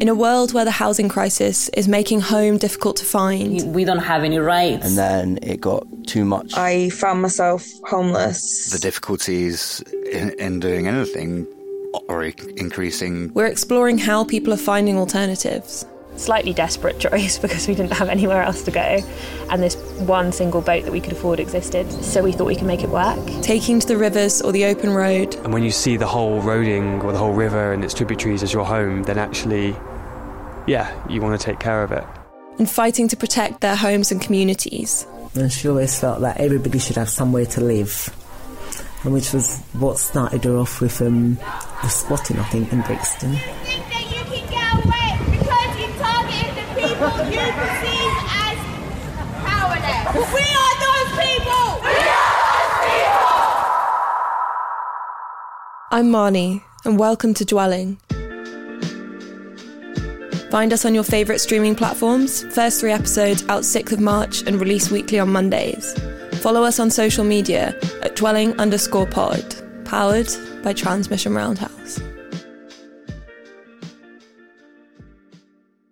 In a world where the housing crisis is making home difficult to find, We don't have any rights. And then it got too much. I found myself homeless. The difficulties in, in doing anything are increasing. we're exploring how people are finding alternatives. slightly desperate choice because we didn't have anywhere else to go and this one single boat that we could afford existed so we thought we could make it work Taking to the rivers or the open road, And when you see the whole roading or the whole river and its tributaries as your home, then actually, yeah, you want to take care of it. and fighting to protect their homes and communities. And she always felt that everybody should have somewhere to live, and which was what started her off with um, the squatting, I think, in Brixton. think that you can get away because you targeted the people you perceive as powerless. We are those people! We are those people! I'm Marnie, and welcome to Dwelling. Find us on your favourite streaming platforms. First three episodes out 6th of March and released weekly on Mondays. Follow us on social media at dwelling underscore pod, powered by Transmission Roundhouse.